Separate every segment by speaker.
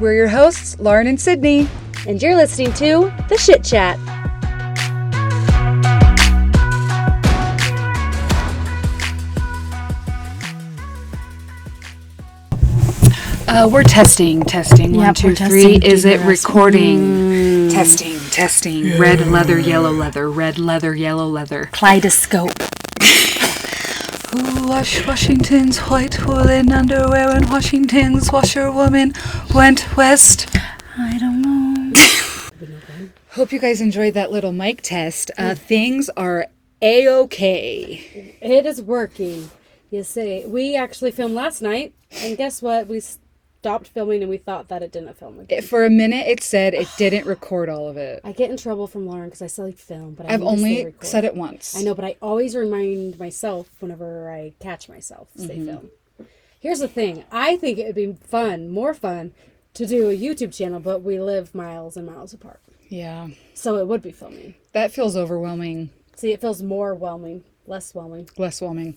Speaker 1: We're your hosts, Lauren and Sydney.
Speaker 2: And you're listening to The Shit Chat.
Speaker 1: Uh, we're testing, testing. One,
Speaker 3: Yep,
Speaker 1: two,
Speaker 3: we're
Speaker 1: three.
Speaker 3: testing.
Speaker 1: Is it
Speaker 3: Yes.
Speaker 1: recording?
Speaker 3: Mm.
Speaker 1: Testing, testing. Red leather, yellow leather. Red leather, yellow leather.
Speaker 3: Kaleidoscope.
Speaker 1: Wash Washington's white woolen underwear and Washington's washerwoman went west.
Speaker 3: I don't know.
Speaker 1: Hope you guys enjoyed that little mic test. Uh, things are a okay.
Speaker 2: It is working. You see, we actually filmed last night, and guess what? We stopped filming and we thought that it didn't film again.
Speaker 1: For a minute, it said it didn't record all of it.
Speaker 2: I get in trouble from Lauren because I say film, but I
Speaker 1: I've
Speaker 2: need to say
Speaker 1: only
Speaker 2: record.
Speaker 1: said it once.
Speaker 2: I know, but I always remind myself whenever I catch myself to
Speaker 1: Mm-hmm.
Speaker 2: say film. Here's the thing: I think it would be fun, more fun, to do a YouTube channel, but we live miles and miles apart,
Speaker 1: Yeah,
Speaker 2: so it would be filming.
Speaker 1: that feels overwhelming,
Speaker 2: See, it feels more whelming, less whelming
Speaker 1: less whelming.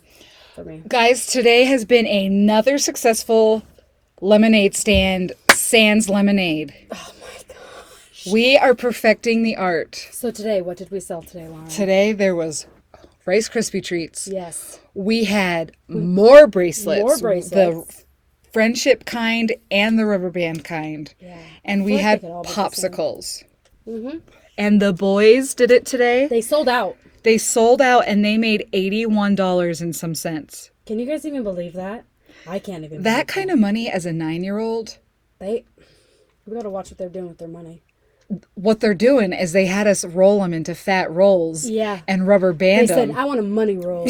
Speaker 2: for me.
Speaker 1: Guys, today has been another successful lemonade stand, Sans Lemonade. Oh my gosh. We are perfecting the art.
Speaker 2: So today, what did we sell today, Lauren?
Speaker 1: Today there was Rice Krispie treats.
Speaker 2: yes,
Speaker 1: We had more bracelets.
Speaker 2: More
Speaker 1: The
Speaker 2: bracelets.
Speaker 1: friendship kind and the rubber band kind.
Speaker 2: Yeah.
Speaker 1: And we
Speaker 2: I feel like
Speaker 1: had
Speaker 2: they could all be the same. Mm-hmm.
Speaker 1: popsicles. And the boys did it today.
Speaker 2: they sold out.
Speaker 1: They sold out and they made $81 and some cents.
Speaker 2: Can you guys even believe that? I can't even.
Speaker 1: That kind of money as a nine year old,
Speaker 2: believe it. they. We gotta watch what they're doing with their money.
Speaker 1: what they're doing is they had us roll them into fat rolls
Speaker 2: Yeah.
Speaker 1: and rubber
Speaker 2: They
Speaker 1: band
Speaker 2: said,
Speaker 1: them.
Speaker 2: "I want a money roll."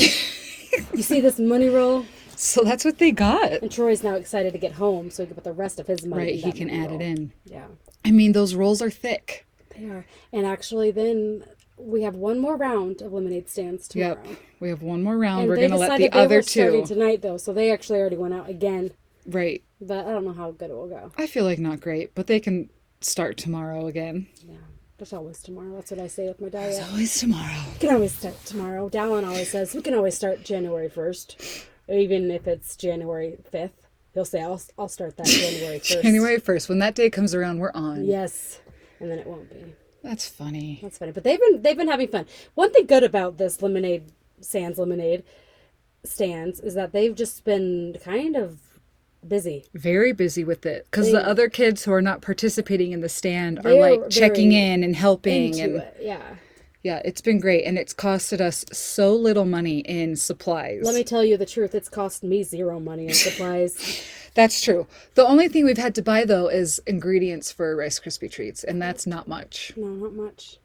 Speaker 2: you see this money roll?
Speaker 1: So that's what they got.
Speaker 2: And Troy's now excited to get home so he can put the rest of his money.
Speaker 1: Right,
Speaker 2: in
Speaker 1: he
Speaker 2: that
Speaker 1: can
Speaker 2: money
Speaker 1: add it
Speaker 2: roll.
Speaker 1: in.
Speaker 2: Yeah,
Speaker 1: I mean, those rolls are thick.
Speaker 2: they are. And actually, then we have one more round of lemonade stands tomorrow.
Speaker 1: Yep. We have one more round.
Speaker 2: And
Speaker 1: we're
Speaker 2: they
Speaker 1: going to let
Speaker 2: decided
Speaker 1: the
Speaker 2: they
Speaker 1: other
Speaker 2: were starting
Speaker 1: two.
Speaker 2: tonight, though, so they actually already went out again.
Speaker 1: Right.
Speaker 2: But I don't know how good it will go.
Speaker 1: I feel like not great, but they can start tomorrow again.
Speaker 2: Yeah, there's always tomorrow. That's what I say with my diet.
Speaker 1: Always tomorrow.
Speaker 2: We can always start tomorrow. Dallin always says we can always start January 1st, even if it's January 5th. He'll say, I'll, I'll start that January 1st.
Speaker 1: January 1st. When that day comes around, we're on.
Speaker 2: Yes. And then it won't be.
Speaker 1: That's funny.
Speaker 2: That's funny. But they've been they've been having fun. One thing good about this lemonade sans lemonade stands is that they've just been kind of busy.
Speaker 1: Very busy with it because the other kids who are not participating in the stand are
Speaker 2: They're
Speaker 1: like checking
Speaker 2: very
Speaker 1: in and helping.
Speaker 2: Into
Speaker 1: And
Speaker 2: it. Yeah.
Speaker 1: yeah, it's been great. And it's costed us so little money in supplies.
Speaker 2: Let me tell you the truth. It's cost me zero money in supplies.
Speaker 1: That's true. The only thing we've had to buy though is ingredients for Rice Krispie treats, and that's not much.
Speaker 2: no, not much.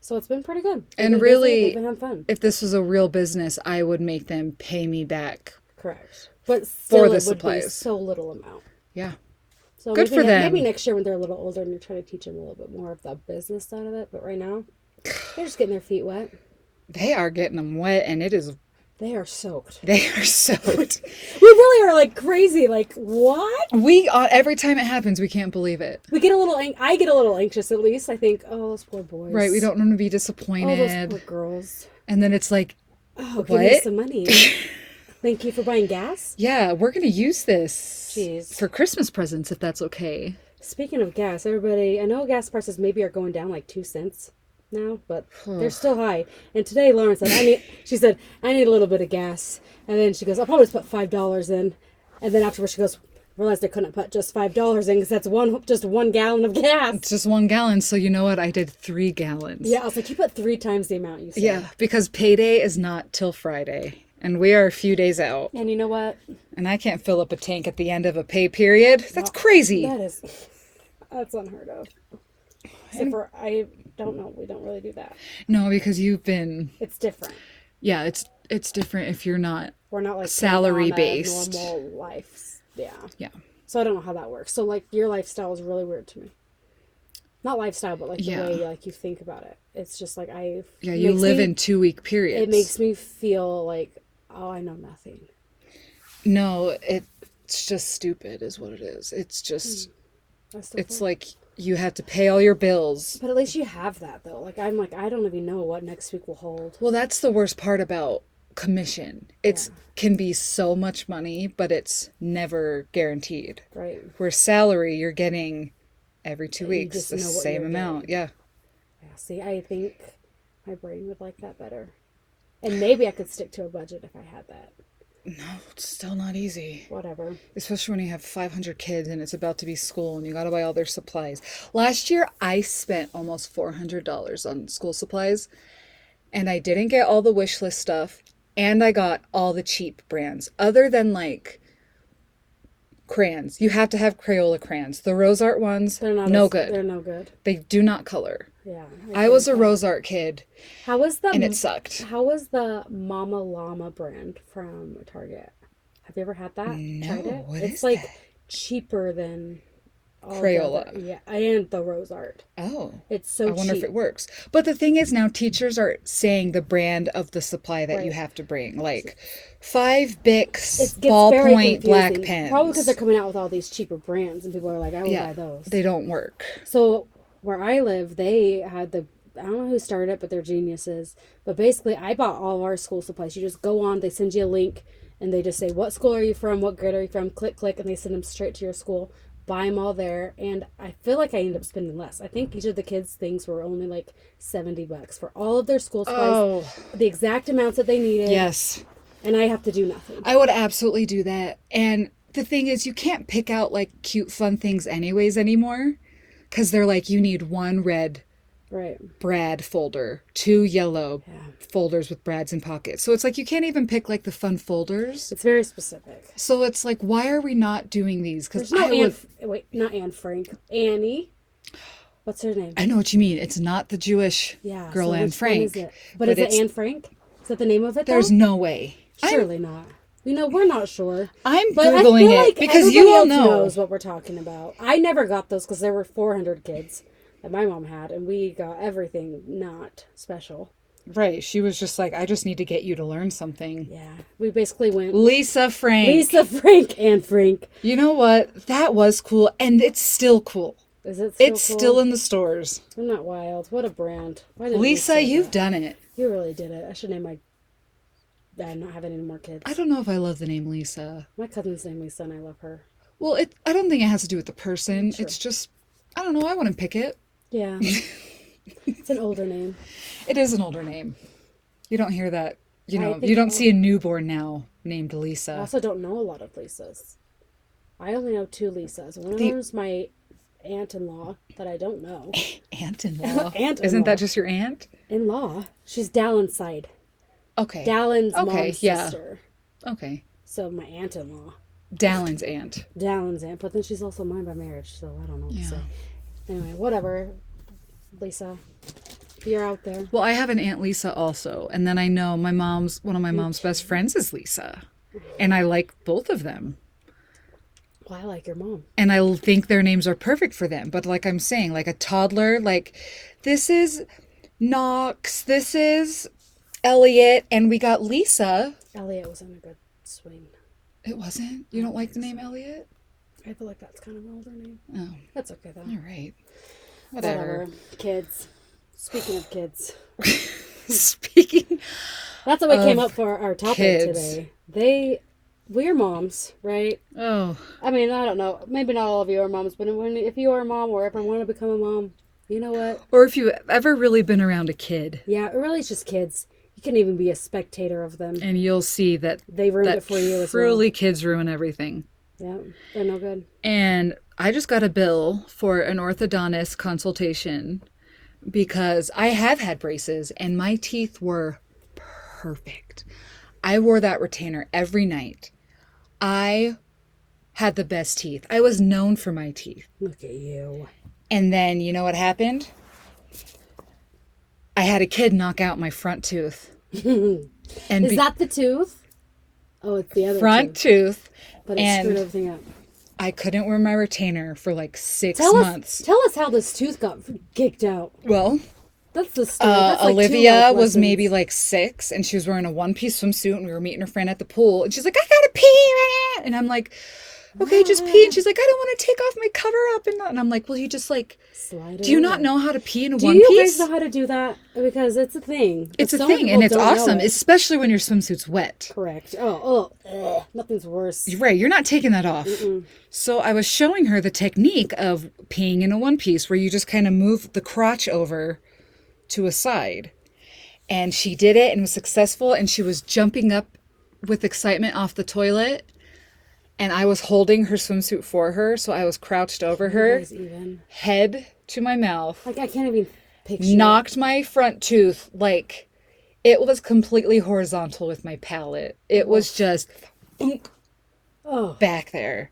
Speaker 2: So it's been pretty good. They've
Speaker 1: And
Speaker 2: been busy,
Speaker 1: really-
Speaker 2: they've been having fun.
Speaker 1: if this was a real business, I would make them pay me back.
Speaker 2: Correct. But still,
Speaker 1: the
Speaker 2: it would be
Speaker 1: supplies.
Speaker 2: so little amount.
Speaker 1: Yeah.
Speaker 2: So
Speaker 1: Good for
Speaker 2: maybe ne- Maybe
Speaker 1: them.
Speaker 2: next year when they're a little older and you're trying to teach them a little bit more of the business side of it. But right now, they're just getting their feet wet.
Speaker 1: They are getting them wet and it is
Speaker 2: They are soaked.
Speaker 1: they are soaked.
Speaker 2: We really are like crazy. Like what?
Speaker 1: we uh, every time it happens, we can't believe it.
Speaker 2: We get a little. Ang- I get a little anxious. At least I think, oh, those poor boys.
Speaker 1: Right? We don't want to be
Speaker 2: Oh, those
Speaker 1: disappointed.
Speaker 2: poor girls.
Speaker 1: and then it's like,
Speaker 2: Oh, give me
Speaker 1: What?
Speaker 2: some money. Thank you for buying gas.
Speaker 1: yeah, we're going to use this
Speaker 2: Jeez.
Speaker 1: for Christmas presents if that's okay.
Speaker 2: Speaking of gas, everybody, I know gas prices maybe are going down like two cents now, but
Speaker 1: Hmm.
Speaker 2: they're still high. And today, Lauren said, "I need," she said, "I need a little bit of gas," and then she goes, "I'll probably just put five dollars in," and then afterwards she goes, "Realized I couldn't put just five dollars in because that's one just one gallon of gas."
Speaker 1: It's just one gallon. So, you know what? I did three gallons.
Speaker 2: Yeah, I was like, "You put three times the amount you said."
Speaker 1: Yeah. Because payday is not till Friday. And we are a few days out.
Speaker 2: And you know what?
Speaker 1: And I can't fill up a tank at the end of a pay period. That's crazy.
Speaker 2: That is, that's unheard of. Except for I don't know, we don't really do that.
Speaker 1: No, because you've been
Speaker 2: It's different.
Speaker 1: yeah it's it's different if you're not
Speaker 2: We're not like
Speaker 1: Salary-based.
Speaker 2: normal lives. Yeah.
Speaker 1: yeah
Speaker 2: So I don't know how that works. So like your lifestyle is really weird to me. Not lifestyle, but like
Speaker 1: Yeah.
Speaker 2: the way like you think about it. It's just like I
Speaker 1: yeah
Speaker 2: it
Speaker 1: you
Speaker 2: makes
Speaker 1: live
Speaker 2: me-
Speaker 1: in two week periods
Speaker 2: it makes me feel like oh I know nothing.
Speaker 1: no it, it's just stupid is what it is it's just
Speaker 2: I still
Speaker 1: it's like you had to pay all your bills
Speaker 2: but at least you have that though. Like I'm like I don't even know what next week will hold.
Speaker 1: well that's the worst part about commission it's can be so much money but it's never guaranteed
Speaker 2: Right.
Speaker 1: where salary you're getting every two
Speaker 2: And you
Speaker 1: weeks,
Speaker 2: just
Speaker 1: the
Speaker 2: know what
Speaker 1: same
Speaker 2: you're
Speaker 1: amount. Yeah.
Speaker 2: Yeah, see, I think my brain would like that better. And maybe I could stick to a budget if I had that.
Speaker 1: It's still not easy,
Speaker 2: Whatever.
Speaker 1: especially when you have 500 kids and it's about to be school and you got to buy all their supplies. Last year, I spent almost $400 on school supplies and I didn't get all the wish list stuff and I got all the cheap brands other than like crayons. You have to have Crayola crayons. The Rose Art ones,
Speaker 2: They're not
Speaker 1: no
Speaker 2: as-
Speaker 1: good.
Speaker 2: They're no good.
Speaker 1: They do not color.
Speaker 2: Yeah.
Speaker 1: I was a Rose Art kid
Speaker 2: How was the
Speaker 1: and it sucked.
Speaker 2: How was the Mama Llama brand from Target? Have you ever had that?
Speaker 1: No,
Speaker 2: Tried it?
Speaker 1: what
Speaker 2: it's
Speaker 1: is
Speaker 2: like
Speaker 1: that?
Speaker 2: cheaper than all the
Speaker 1: Crayola.
Speaker 2: other- yeah, and the Rose Art.
Speaker 1: Oh.
Speaker 2: It's
Speaker 1: I
Speaker 2: so
Speaker 1: wonder
Speaker 2: cheap.
Speaker 1: if it works. But the thing is now teachers are saying the brand of the supply that you
Speaker 2: Right.
Speaker 1: have to bring. Like five Bics
Speaker 2: It gets very
Speaker 1: ballpoint black
Speaker 2: confusing,
Speaker 1: pens.
Speaker 2: Probably because they're coming out with all these cheaper brands, and people are like, "I will
Speaker 1: yeah,
Speaker 2: buy those."
Speaker 1: They don't work.
Speaker 2: So where I live, they had the I don't know who started it, but they're geniuses. But basically, I bought all of our school supplies. You just go on, they send you a link, and they just say what school are you from, what grade are you from, click click, and they send them straight to your school. Buy them all there, and I feel like I end up spending less. I think each of the kids' things were only like seventy bucks for all of their school supplies,
Speaker 1: Oh.
Speaker 2: the exact amounts that they needed,
Speaker 1: Yes.
Speaker 2: and I have to do nothing.
Speaker 1: I would absolutely do that. And the thing is you can't pick out like cute fun things anyways anymore. Cause they're like you need one red
Speaker 2: Right?
Speaker 1: Brad folder, two yellow
Speaker 2: Yeah.
Speaker 1: folders with Brads in pockets. So it's like you can't even pick like the fun folders.
Speaker 2: It's very specific.
Speaker 1: So it's like, why are we not doing these? Because
Speaker 2: There's no
Speaker 1: I
Speaker 2: Anne.
Speaker 1: would,
Speaker 2: Wait, not Anne Frank. Annie. What's her name?
Speaker 1: I know what you mean. It's not the Jewish
Speaker 2: Yeah.
Speaker 1: girl
Speaker 2: so
Speaker 1: Anne
Speaker 2: which one
Speaker 1: Frank.
Speaker 2: is it? But, is
Speaker 1: it's-
Speaker 2: it Anne Frank? Is that the name of it?
Speaker 1: There's
Speaker 2: though?
Speaker 1: no way. I'm,
Speaker 2: surely not. You know, we're not sure.
Speaker 1: I'm
Speaker 2: But I
Speaker 1: googling
Speaker 2: feel
Speaker 1: it
Speaker 2: like
Speaker 1: because you
Speaker 2: everybody
Speaker 1: all
Speaker 2: else
Speaker 1: know.
Speaker 2: knows what we're talking about. I never got those because there were 400 kids that my mom had, and we got everything not special.
Speaker 1: Right? She was just like, I just need to get you to learn something.
Speaker 2: Yeah, we basically went
Speaker 1: Lisa Frank.
Speaker 2: Lisa Frank Anne Frank.
Speaker 1: You know what? That was cool, and it's still cool.
Speaker 2: Is it? Still
Speaker 1: It's
Speaker 2: cool?
Speaker 1: still in the stores.
Speaker 2: I'm not wild. What a brand. Why didn't we
Speaker 1: Lisa,
Speaker 2: say
Speaker 1: you've
Speaker 2: that?
Speaker 1: done it.
Speaker 2: you really did it. I should name my. I'm not having any more kids.
Speaker 1: I don't know if I love the name Lisa.
Speaker 2: My cousin's name Lisa, and I love her.
Speaker 1: Well, it. I don't think it has to do with the person. It's just, I don't know. I wouldn't pick it.
Speaker 2: Yeah. it's an older name.
Speaker 1: It is an older name. You don't hear that. You
Speaker 2: I
Speaker 1: know,
Speaker 2: think
Speaker 1: you don't
Speaker 2: so.
Speaker 1: see a newborn now named
Speaker 2: I
Speaker 1: Lisa.
Speaker 2: also don't know a lot of Lisas. I only know two Lisas. One
Speaker 1: The-
Speaker 2: of them's my aunt in law that I don't know.
Speaker 1: Aunt in law. Isn't
Speaker 2: Aunt-in-law.
Speaker 1: that just your aunt?
Speaker 2: In law. She's Dallin's side.
Speaker 1: Okay.
Speaker 2: Dallin's
Speaker 1: Okay,
Speaker 2: mom's
Speaker 1: yeah.
Speaker 2: sister.
Speaker 1: okay.
Speaker 2: So my aunt in law.
Speaker 1: Dallin's aunt.
Speaker 2: Dallin's aunt, but then she's also mine by marriage, so I don't know what to
Speaker 1: Yeah.
Speaker 2: say. Anyway, whatever. Lisa. You're out there.
Speaker 1: Well, I have an aunt Lisa also, and then I know my mom's one of my mom's best friends is Lisa, and I like both of them,
Speaker 2: Well, I like your mom.
Speaker 1: and I l- think their names are perfect for them. But like I'm saying, like a toddler, like this is Knox, this is Elliot, and we got Lisa.
Speaker 2: Elliot was in a good swing.
Speaker 1: It wasn't. You don't like the name Elliot?
Speaker 2: I feel like that's kind of an older name.
Speaker 1: Oh,
Speaker 2: That's okay though.
Speaker 1: all right.
Speaker 2: Whatever.
Speaker 1: Whatever.
Speaker 2: Kids. Speaking of kids,
Speaker 1: Speaking.
Speaker 2: that's what we came up for our topic
Speaker 1: kids.
Speaker 2: today. They, we're moms, right?
Speaker 1: Oh,
Speaker 2: I mean, I don't know. Maybe not all of you are moms, but when, if you are a mom or ever want to become a mom, you know what?
Speaker 1: or if you've ever really been around a kid,
Speaker 2: Yeah, it really, it's just kids. You can even be a spectator of them.
Speaker 1: and you'll see that
Speaker 2: They ruined
Speaker 1: that
Speaker 2: it for you as
Speaker 1: truly kids ruin everything.
Speaker 2: well. Yeah, they're no good.
Speaker 1: And I just got a bill for an orthodontist consultation because I have had braces and my teeth were perfect. I wore that retainer every night. I had the best teeth. I was known for my teeth.
Speaker 2: Look at you.
Speaker 1: And then you know what happened? I had a kid knock out my front tooth. and
Speaker 2: Is
Speaker 1: be-
Speaker 2: that the tooth? Oh, it's the other
Speaker 1: front
Speaker 2: tooth,
Speaker 1: tooth,
Speaker 2: but it
Speaker 1: and-
Speaker 2: screwed everything up.
Speaker 1: I couldn't wear my retainer for like six
Speaker 2: Tell
Speaker 1: months.
Speaker 2: us, tell us how this tooth got kicked out.
Speaker 1: well,
Speaker 2: That's the story.
Speaker 1: uh,
Speaker 2: That's like two
Speaker 1: Olivia
Speaker 2: life
Speaker 1: was
Speaker 2: lessons.
Speaker 1: maybe like six and she was wearing a one piece swimsuit and we were meeting her friend at the pool and she's like, I gotta pee. And I'm like, okay, just pee. And she's like, I don't want to take off my cover up and not. And I'm like, well, you just like,
Speaker 2: Slide
Speaker 1: do you
Speaker 2: it
Speaker 1: not
Speaker 2: in.
Speaker 1: know how to pee in
Speaker 2: Do
Speaker 1: one
Speaker 2: you
Speaker 1: piece?
Speaker 2: guys know how to do that? Because it's a thing.
Speaker 1: it's
Speaker 2: But
Speaker 1: a
Speaker 2: so many
Speaker 1: thing and
Speaker 2: people
Speaker 1: it's
Speaker 2: don't know
Speaker 1: awesome,
Speaker 2: it.
Speaker 1: especially when your swimsuit's wet.
Speaker 2: correct. Oh, oh, ugh, nothing's worse.
Speaker 1: Right, you're not taking that off. So I was showing her the technique of peeing in a one piece where you just kind of move the crotch over to a side. And she did it and was successful and she was jumping up with excitement off the toilet. And I was holding her swimsuit for her, so I was crouched over her,
Speaker 2: Guys, even
Speaker 1: head to my mouth,
Speaker 2: like I can't even picture.
Speaker 1: knocked my front tooth like it was completely horizontal with my palate. It was just boonk,
Speaker 2: Oh,
Speaker 1: back there.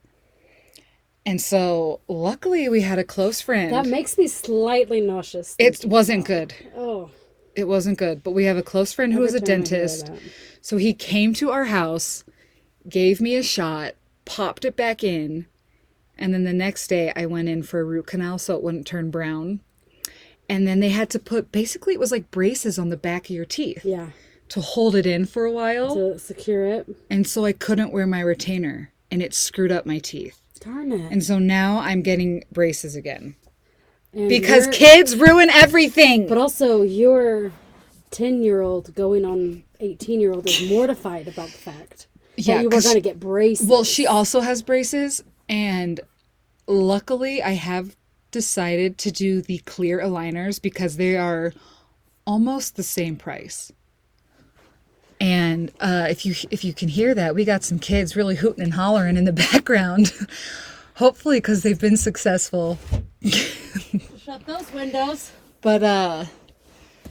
Speaker 1: And so luckily we had a close friend.
Speaker 2: that makes me slightly nauseous.
Speaker 1: it wasn't good.
Speaker 2: oh,
Speaker 1: It wasn't good. But we have a close friend who was a
Speaker 2: time I hear
Speaker 1: dentist.
Speaker 2: that.
Speaker 1: So he came to our house, gave me a shot, popped it back in, and then the next day I went in for a root canal so it wouldn't turn brown. And then they had to put basically it was like braces on the back of your teeth
Speaker 2: yeah.
Speaker 1: to hold it in for a while.
Speaker 2: To secure it.
Speaker 1: and so I couldn't wear my retainer and it screwed up my teeth.
Speaker 2: Darn it.
Speaker 1: And so now I'm getting braces again.
Speaker 2: And
Speaker 1: Because
Speaker 2: you're-
Speaker 1: kids ruin everything.
Speaker 2: But also, your 10 year old going on 18 year old is mortified about the fact
Speaker 1: Yeah,
Speaker 2: that you were
Speaker 1: 'cause-
Speaker 2: going to get braced.
Speaker 1: well, she also has braces, and luckily, I have decided to do the clear aligners because they are almost the same price. And uh, if you if you can hear that, we got some kids really hooting and hollering in the background. Hopefully, because they've been successful.
Speaker 2: Shut those windows.
Speaker 1: But uh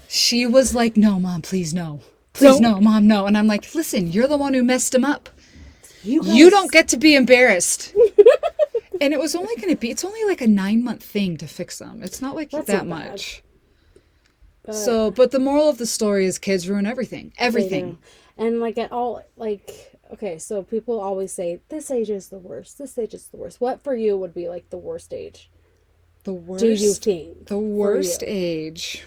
Speaker 1: she was like, "No, mom, please no. Please no, mom, no." And I'm like, "Listen, you're the one who messed him up.
Speaker 2: You,
Speaker 1: You don't get to be embarrassed." and it was only going to be it's only like a 9-month thing to fix them. It's not like that
Speaker 2: not bad.
Speaker 1: much. so, but the moral of the story is kids ruin everything. Everything.
Speaker 2: And like at all, like, okay, so people always say, this age is the worst. This age is the worst. What for you would be like the worst age?
Speaker 1: The worst
Speaker 2: Do you think?
Speaker 1: the worst age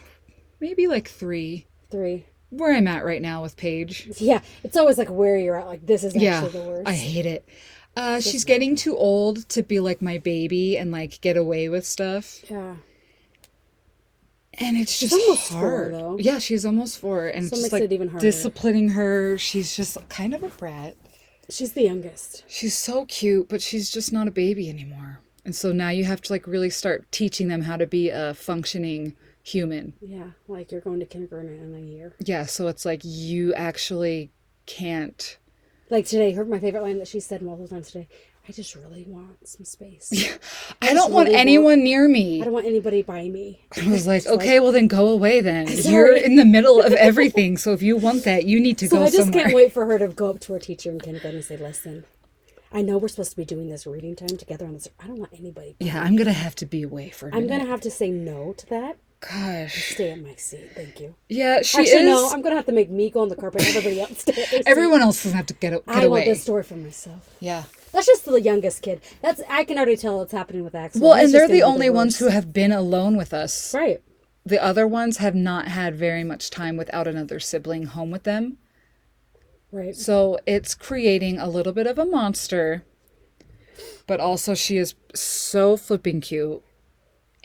Speaker 1: maybe like 3
Speaker 2: Three.
Speaker 1: where I'm at right now with Paige.
Speaker 2: Yeah, it's always like where you're at. Like, this is actually
Speaker 1: Yeah,
Speaker 2: the worst.
Speaker 1: I hate it. Uh, she's getting too old to be like my baby and like get away with stuff,
Speaker 2: yeah.
Speaker 1: and it's just
Speaker 2: almost four,
Speaker 1: hard.
Speaker 2: though.
Speaker 1: yeah, she's almost four, and it's
Speaker 2: So it
Speaker 1: just
Speaker 2: makes
Speaker 1: like
Speaker 2: it even harder.
Speaker 1: disciplining her. She's just kind of a brat.
Speaker 2: She's the youngest.
Speaker 1: She's so cute, but she's just not a baby anymore. And so now you have to like really start teaching them how to be a functioning human.
Speaker 2: Yeah, like you're going to kindergarten in a year.
Speaker 1: Yeah, so it's like you actually can't.
Speaker 2: Like today, her my favorite line that she said multiple times today. I just really want some space.
Speaker 1: I don't want
Speaker 2: really want-
Speaker 1: anyone near me.
Speaker 2: I don't want anybody by me.
Speaker 1: I was like, okay, well then go away then. You're
Speaker 2: Sorry.
Speaker 1: in the middle of everything, so if you want that, you need to
Speaker 2: So
Speaker 1: go
Speaker 2: I just
Speaker 1: somewhere.
Speaker 2: can't wait for her to go up to her teacher in kindergarten and say, "Listen, I know we're supposed to be doing this reading time together on this. I don't want anybody.
Speaker 1: Yeah, I'm gonna have to be away for a
Speaker 2: I'm
Speaker 1: minute.
Speaker 2: gonna have to say no to that.
Speaker 1: Gosh,
Speaker 2: Stay at my seat, thank you.
Speaker 1: yeah, she
Speaker 2: Actually,
Speaker 1: is.
Speaker 2: no, I'm gonna have to make me go on the carpet. Everybody else stay at their seat.
Speaker 1: Everyone else doesn't have to get, get
Speaker 2: I
Speaker 1: away.
Speaker 2: want this story for myself.
Speaker 1: Yeah.
Speaker 2: That's just the youngest kid. That's I can already tell it's happening with Axel.
Speaker 1: Well,
Speaker 2: He's
Speaker 1: and
Speaker 2: just
Speaker 1: they're the
Speaker 2: gonna be
Speaker 1: only ones
Speaker 2: worst.
Speaker 1: who have been alone with us.
Speaker 2: right.
Speaker 1: The other ones have not had very much time without another sibling home with them.
Speaker 2: Right.
Speaker 1: So it's creating a little bit of a monster, but also she is so flipping cute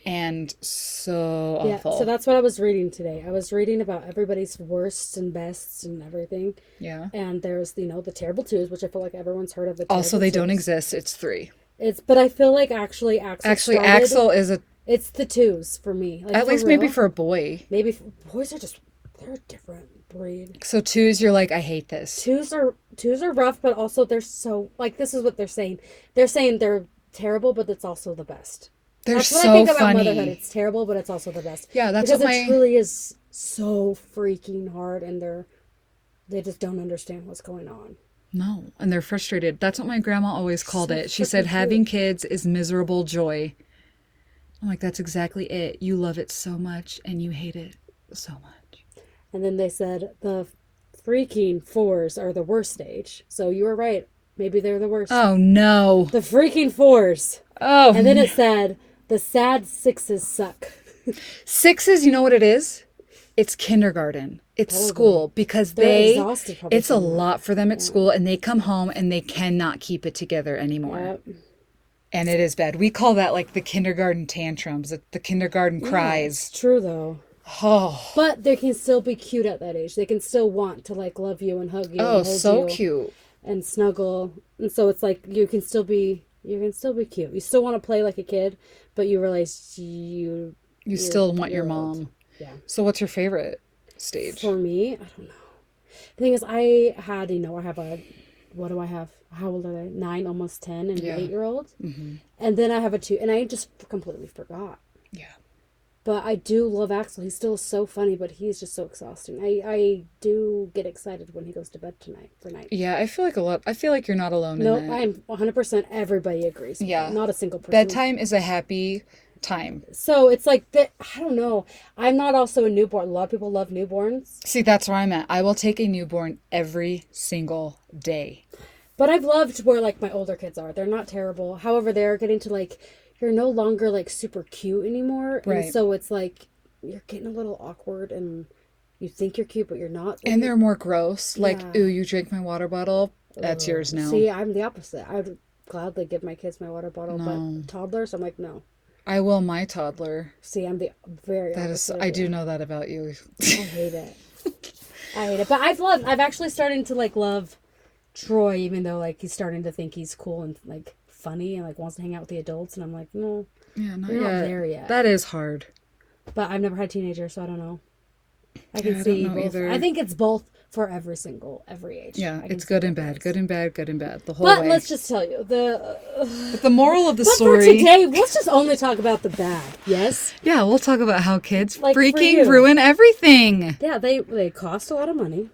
Speaker 1: and so
Speaker 2: Yeah,
Speaker 1: awful.
Speaker 2: so that's what I was reading today. I was reading about everybody's worsts and bests and everything.
Speaker 1: yeah.
Speaker 2: And there's, you know, the terrible twos, which I feel like everyone's heard of. The
Speaker 1: Also,
Speaker 2: terrible
Speaker 1: they don't
Speaker 2: twos.
Speaker 1: exist. It's three.
Speaker 2: It's, but I feel like actually, Axel.
Speaker 1: Actually,
Speaker 2: started-
Speaker 1: Axel is a
Speaker 2: It's the twos for me. Like,
Speaker 1: at least maybe
Speaker 2: real.
Speaker 1: for a boy.
Speaker 2: maybe f- boys are just they're a different breed.
Speaker 1: So twos, you're like, I hate this.
Speaker 2: Twos are twos are rough, but also they're so like this is what they're saying. They're saying they're terrible, but it's also the best.
Speaker 1: They're
Speaker 2: That's what
Speaker 1: so
Speaker 2: I think about
Speaker 1: funny.
Speaker 2: motherhood. It's terrible, but it's also the best.
Speaker 1: Yeah, that's
Speaker 2: because
Speaker 1: what
Speaker 2: it
Speaker 1: my-
Speaker 2: truly is so freaking hard, and they're they just don't understand what's going on.
Speaker 1: No, and they're frustrated. That's what my grandma always called it. She said,
Speaker 2: freaking
Speaker 1: having kids is miserable joy. I'm like, that's exactly it. You love it so much and you hate it so much.
Speaker 2: And then they said the freaking fours are the worst age. So you were right. Maybe they're the worst.
Speaker 1: Oh, no.
Speaker 2: the freaking fours.
Speaker 1: Oh,
Speaker 2: And then it said the sad sixes suck.
Speaker 1: sixes, you know what it is? it's kindergarten, it's school because they
Speaker 2: exhausted probably
Speaker 1: it's a lot for them at school and they come home and they cannot keep it together anymore.
Speaker 2: Yep.
Speaker 1: And it is bad. We call that like the kindergarten tantrums, the, the
Speaker 2: Mm.
Speaker 1: kindergarten cries.
Speaker 2: It's true though.
Speaker 1: Oh,
Speaker 2: But they can still be cute at that age. They can still want to like love you and hug you.
Speaker 1: oh,
Speaker 2: and hold
Speaker 1: so
Speaker 2: you
Speaker 1: cute.
Speaker 2: And snuggle. And so it's like you can still be you can still be cute. You still want to play like a kid, but you realize you
Speaker 1: You still want your mom.
Speaker 2: Yeah.
Speaker 1: So what's your favorite stage?
Speaker 2: For me, I don't know. The thing is, I had, you know, I have a, what do I have? How old are they? Nine, almost 10, and
Speaker 1: Yeah. Mm-hmm.
Speaker 2: an eight year old. And then I have a two, and I just completely forgot.
Speaker 1: Yeah.
Speaker 2: But I do love Axel. He's still so funny, but he's just so exhausting. I, I do get excited when he goes to bed tonight for night.
Speaker 1: Yeah, I feel like a lot. I feel like you're not alone
Speaker 2: No,
Speaker 1: in that.
Speaker 2: I'm 100% everybody agrees. with
Speaker 1: Yeah.
Speaker 2: that. Not a single person.
Speaker 1: Bedtime is a happy time.
Speaker 2: So it's like, that, I don't know. I'm not also a newborn. A lot of people love newborns.
Speaker 1: See, that's where I'm at. I will take a newborn every single day.
Speaker 2: But I've loved where like my older kids are. They're not terrible. However, they're getting to like you're no longer like super cute anymore.
Speaker 1: Right.
Speaker 2: And so it's like you're getting a little awkward and you think you're cute but you're not.
Speaker 1: And they're more gross. Like,
Speaker 2: Yeah.
Speaker 1: ooh, you drank my water bottle. That's yours now.
Speaker 2: See, I'm the opposite. I would gladly give my kids my water bottle, but toddlers, I'm like, no.
Speaker 1: I will my toddler.
Speaker 2: See, I'm the very
Speaker 1: That is,
Speaker 2: opposite.
Speaker 1: I do know that about you.
Speaker 2: I hate it. I hate it. But I've loved I've actually starting to like love Troy even though like he's starting to think he's cool and like funny and like wants to hang out with the adults and I'm like, no.
Speaker 1: Yeah, not
Speaker 2: You're not
Speaker 1: yet.
Speaker 2: there yet.
Speaker 1: That is hard.
Speaker 2: But I've never had a teenager, so I don't know. I can
Speaker 1: I
Speaker 2: see
Speaker 1: don't know
Speaker 2: both.
Speaker 1: either.
Speaker 2: I think it's both for every single every age.
Speaker 1: Yeah,
Speaker 2: I can
Speaker 1: it's
Speaker 2: see
Speaker 1: good
Speaker 2: both
Speaker 1: and bad,
Speaker 2: ways.
Speaker 1: good and bad, good and bad. The whole
Speaker 2: But
Speaker 1: way.
Speaker 2: let's just tell you the.
Speaker 1: But the moral of the
Speaker 2: But for
Speaker 1: story.
Speaker 2: today, let's just only talk about the bad. Yes.
Speaker 1: Yeah, we'll talk about how kids
Speaker 2: Like, for
Speaker 1: freaking
Speaker 2: you.
Speaker 1: ruin everything.
Speaker 2: Yeah, they they cost a lot of money.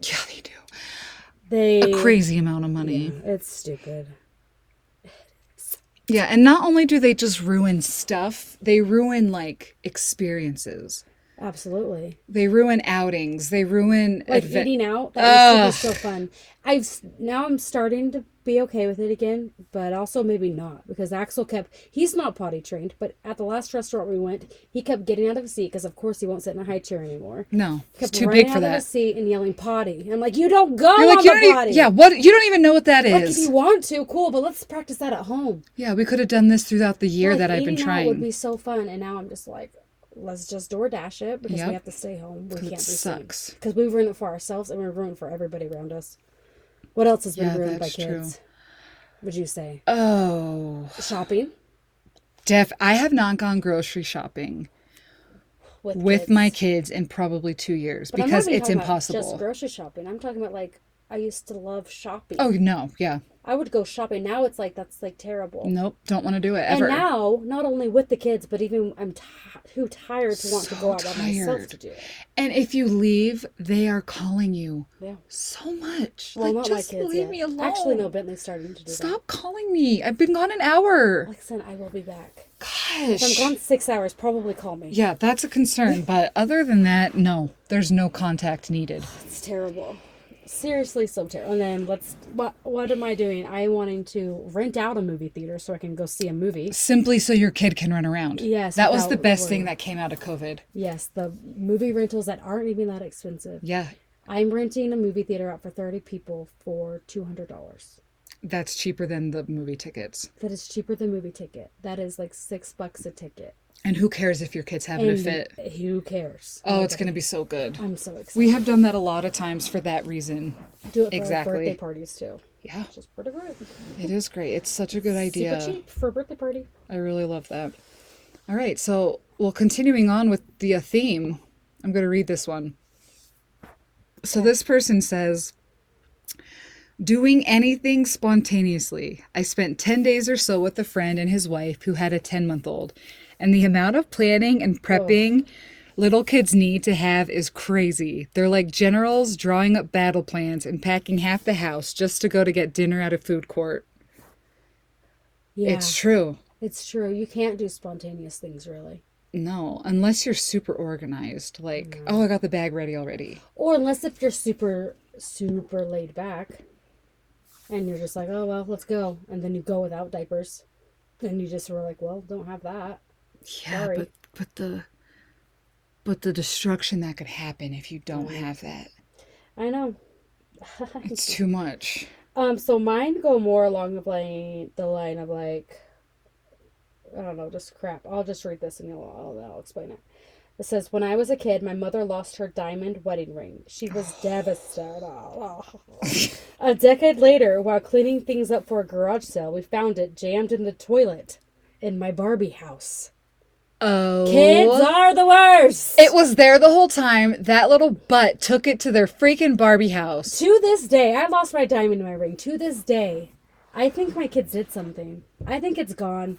Speaker 1: Yeah, they do.
Speaker 2: They.
Speaker 1: A crazy amount of money.
Speaker 2: It's stupid.
Speaker 1: Yeah, and not only do they just ruin stuff, they ruin like experiences.
Speaker 2: Absolutely.
Speaker 1: They ruin outings. They ruin
Speaker 2: Like
Speaker 1: adve-
Speaker 2: eating out, that was super so fun. I've s- now I'm starting to be okay with it again, but also maybe not because Axel kept he's not potty trained, but at the last restaurant we went, he kept getting out of his seat because of course he won't sit in a high chair anymore.
Speaker 1: No, it's
Speaker 2: Kept
Speaker 1: too
Speaker 2: running
Speaker 1: big
Speaker 2: out
Speaker 1: for
Speaker 2: of
Speaker 1: that.
Speaker 2: his seat and yelling potty. I'm like, you don't go
Speaker 1: You're
Speaker 2: on
Speaker 1: like you
Speaker 2: the
Speaker 1: don't
Speaker 2: potty.
Speaker 1: even. Yeah, what you don't even know what that
Speaker 2: Like if
Speaker 1: is.
Speaker 2: you want to, cool, but let's practice that at home.
Speaker 1: yeah, we could have done this throughout the year
Speaker 2: Like,
Speaker 1: that I've been
Speaker 2: eating out
Speaker 1: trying.
Speaker 2: would be so fun, and now I'm just like, let's just door dash it because
Speaker 1: Yep.
Speaker 2: we have to stay home. We can't
Speaker 1: it
Speaker 2: be
Speaker 1: sucks.
Speaker 2: because we ruin it for ourselves and we ruin it for everybody around us. What else has been
Speaker 1: Yeah,
Speaker 2: ruined by
Speaker 1: that's true.
Speaker 2: kids? Would you say
Speaker 1: Oh,
Speaker 2: shopping
Speaker 1: Def, I have not gone grocery shopping
Speaker 2: with
Speaker 1: with
Speaker 2: kids?
Speaker 1: my kids in probably two years
Speaker 2: But I'm not
Speaker 1: because
Speaker 2: even
Speaker 1: it's
Speaker 2: talking about Just
Speaker 1: impossible.
Speaker 2: grocery shopping. I'm talking about like I used to love shopping.
Speaker 1: Oh no, yeah,
Speaker 2: I would go shopping. Now it's like that's like terrible.
Speaker 1: nope, don't want to do it ever.
Speaker 2: And now, not only with the kids, but even I'm ti too tired to want to
Speaker 1: So
Speaker 2: go out by myself
Speaker 1: tired.
Speaker 2: to do it.
Speaker 1: And if you leave, they are calling you
Speaker 2: Yeah.
Speaker 1: so much.
Speaker 2: Well,
Speaker 1: like,
Speaker 2: not
Speaker 1: just
Speaker 2: my kids
Speaker 1: leave
Speaker 2: yet.
Speaker 1: me alone.
Speaker 2: Actually, no. Bentley's starting to do that.
Speaker 1: Stop calling me. I've been gone an hour.
Speaker 2: Lexan, I will be back. If I'm
Speaker 1: Gosh.
Speaker 2: gone six hours. Probably call me.
Speaker 1: yeah, that's a concern. But other than that, no, there's no contact needed.
Speaker 2: It's terrible. Seriously, so terrible. And then let's. What What am I doing? I wanting to rent out a movie theater so I can go see a movie.
Speaker 1: Simply so your kid can run around.
Speaker 2: Yes,
Speaker 1: That was the
Speaker 2: without
Speaker 1: best thing
Speaker 2: worry.
Speaker 1: that came out of COVID.
Speaker 2: Yes, the movie rentals that aren't even that expensive.
Speaker 1: Yeah,
Speaker 2: I'm renting a movie theater out for thirty people for two hundred dollars.
Speaker 1: that's cheaper than the movie tickets.
Speaker 2: That is cheaper than movie ticket. That is like six bucks a ticket.
Speaker 1: And who cares if your kid's having a fit?
Speaker 2: And Who cares?
Speaker 1: Oh, it's going to be so good.
Speaker 2: I'm so excited.
Speaker 1: Oh. We have done that a lot of times for that reason.
Speaker 2: do it for
Speaker 1: exactly.
Speaker 2: our birthday parties too.
Speaker 1: Yeah,
Speaker 2: Which is pretty great.
Speaker 1: it is great. It's such a good idea.
Speaker 2: Super cheap for a birthday party.
Speaker 1: I really love that. All right, so well, continuing on with the uh, theme, I'm going to read this one. So this person says, doing anything spontaneously. I spent 10 days or so with a friend and his wife who had a 10 month old, and the amount of planning and prepping little kids need to have is crazy. They're like generals drawing up battle plans and packing half the house just to go to get dinner at a food court.
Speaker 2: Yeah,
Speaker 1: It's true.
Speaker 2: it's true. You can't do spontaneous things really.
Speaker 1: No, unless you're super organized. Like, oh, I got the bag ready already.
Speaker 2: Or unless if you're super, super laid back and you're just like, oh, well, let's go. And then you go without diapers. Then you just were like, well, don't have that.
Speaker 1: Yeah,
Speaker 2: Sorry.
Speaker 1: but but the But the destruction that could happen if you don't have that.
Speaker 2: I know.
Speaker 1: It's too much.
Speaker 2: Um, so mine go more along the line, the line of like, I don't know, just crap. I'll just read this and you'll, I'll, I'll explain it. It says, "When I was a kid, my mother lost her diamond wedding ring. She was devastated. A decade later, while cleaning things up for a garage sale, we found it jammed in the toilet in my Barbie house.
Speaker 1: Oh.
Speaker 2: Kids are the worst.
Speaker 1: It was there the whole time. That little butt took it to their freaking Barbie house.
Speaker 2: to this day, I lost my diamond in my ring. To this day, I think my kids did something. I think it's gone.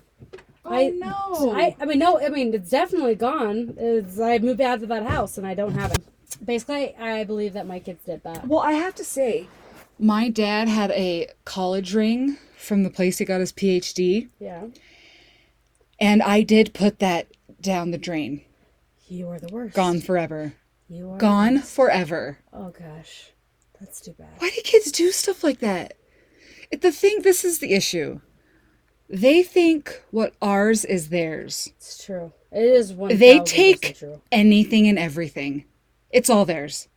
Speaker 2: I
Speaker 1: no.
Speaker 2: I, I mean, no, I mean, it's definitely gone. It's, I moved out of that house and I don't have it. Basically, I believe that my kids did that.
Speaker 1: Well, I have to say, my dad had a college ring from the place he got his PhD,
Speaker 2: Yeah.
Speaker 1: and I did put that down the drain.
Speaker 2: You are the worst.
Speaker 1: Gone forever.
Speaker 2: You are.
Speaker 1: Gone forever.
Speaker 2: Oh, gosh. That's too bad.
Speaker 1: Why do kids do stuff like that? It- The thing, this is the issue. They think what ours is theirs.
Speaker 2: It's true. It Oh, is one.
Speaker 1: They take
Speaker 2: True.
Speaker 1: anything and everything. It's all theirs.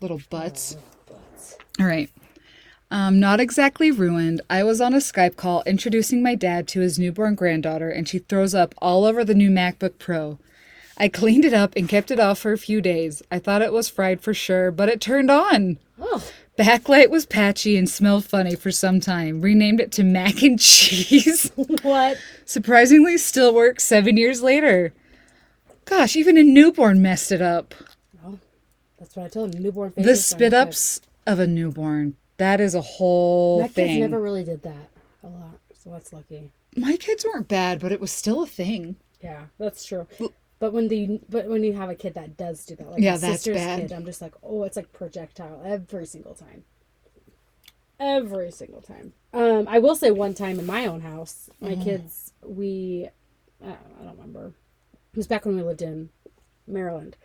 Speaker 1: Little butts.
Speaker 2: But
Speaker 1: All right. Um, not exactly ruined. I was on a Skype call introducing my dad to his newborn granddaughter, and she throws up all over the new MacBook Pro. I cleaned it up and kept it off for a few days. I thought it was fried for sure, but it turned on.
Speaker 2: oh,
Speaker 1: Backlight was patchy and smelled funny for some time. Renamed it to mac and cheese.
Speaker 2: what?
Speaker 1: Surprisingly, still works seven years later. Gosh, even a newborn messed it up.
Speaker 2: That's what I told him. Newborn.
Speaker 1: The spit ups of a newborn. That is a whole
Speaker 2: My kids
Speaker 1: thing.
Speaker 2: never really did that a lot, so that's lucky.
Speaker 1: My kids weren't bad, but it was still a thing.
Speaker 2: Yeah, that's true. But when the but when you have a kid that does do that, like
Speaker 1: Yeah,
Speaker 2: my
Speaker 1: that's
Speaker 2: sister's
Speaker 1: bad.
Speaker 2: kid, I'm just like, oh, it's like projectile every single time. Every single time. Um, I will say one time in my own house, my
Speaker 1: Mm-hmm.
Speaker 2: kids, we, I don't, I don't remember. It was back when we lived in Maryland,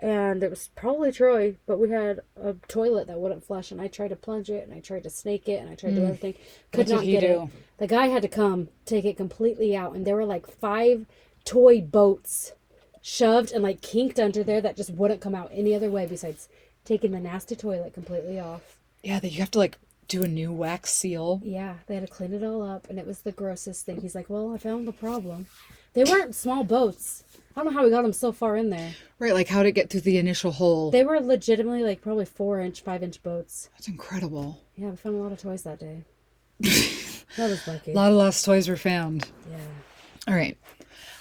Speaker 2: and it was probably Troy, but we had a toilet that wouldn't flush, and I tried to plunge it, and I tried to snake it, and I tried to do everything, could
Speaker 1: Mm. did
Speaker 2: not
Speaker 1: he
Speaker 2: get
Speaker 1: do?
Speaker 2: it. The guy had to come take it completely out, and there were like five toy boats shoved and like kinked under there that just wouldn't come out any other way besides taking the nasty toilet completely off.
Speaker 1: Yeah, that you have to like do a new wax seal.
Speaker 2: Yeah, they had to clean it all up, and it was the grossest thing. He's like, "Well, I found the problem. They weren't small boats. I don't know how we got them so far in there.
Speaker 1: Right, like how to get through the initial hole.
Speaker 2: They were legitimately like probably four inch, five inch boats.
Speaker 1: That's incredible.
Speaker 2: Yeah, we found a lot of toys that day. that was lucky.
Speaker 1: A lot of lost toys were found.
Speaker 2: Yeah.
Speaker 1: All right.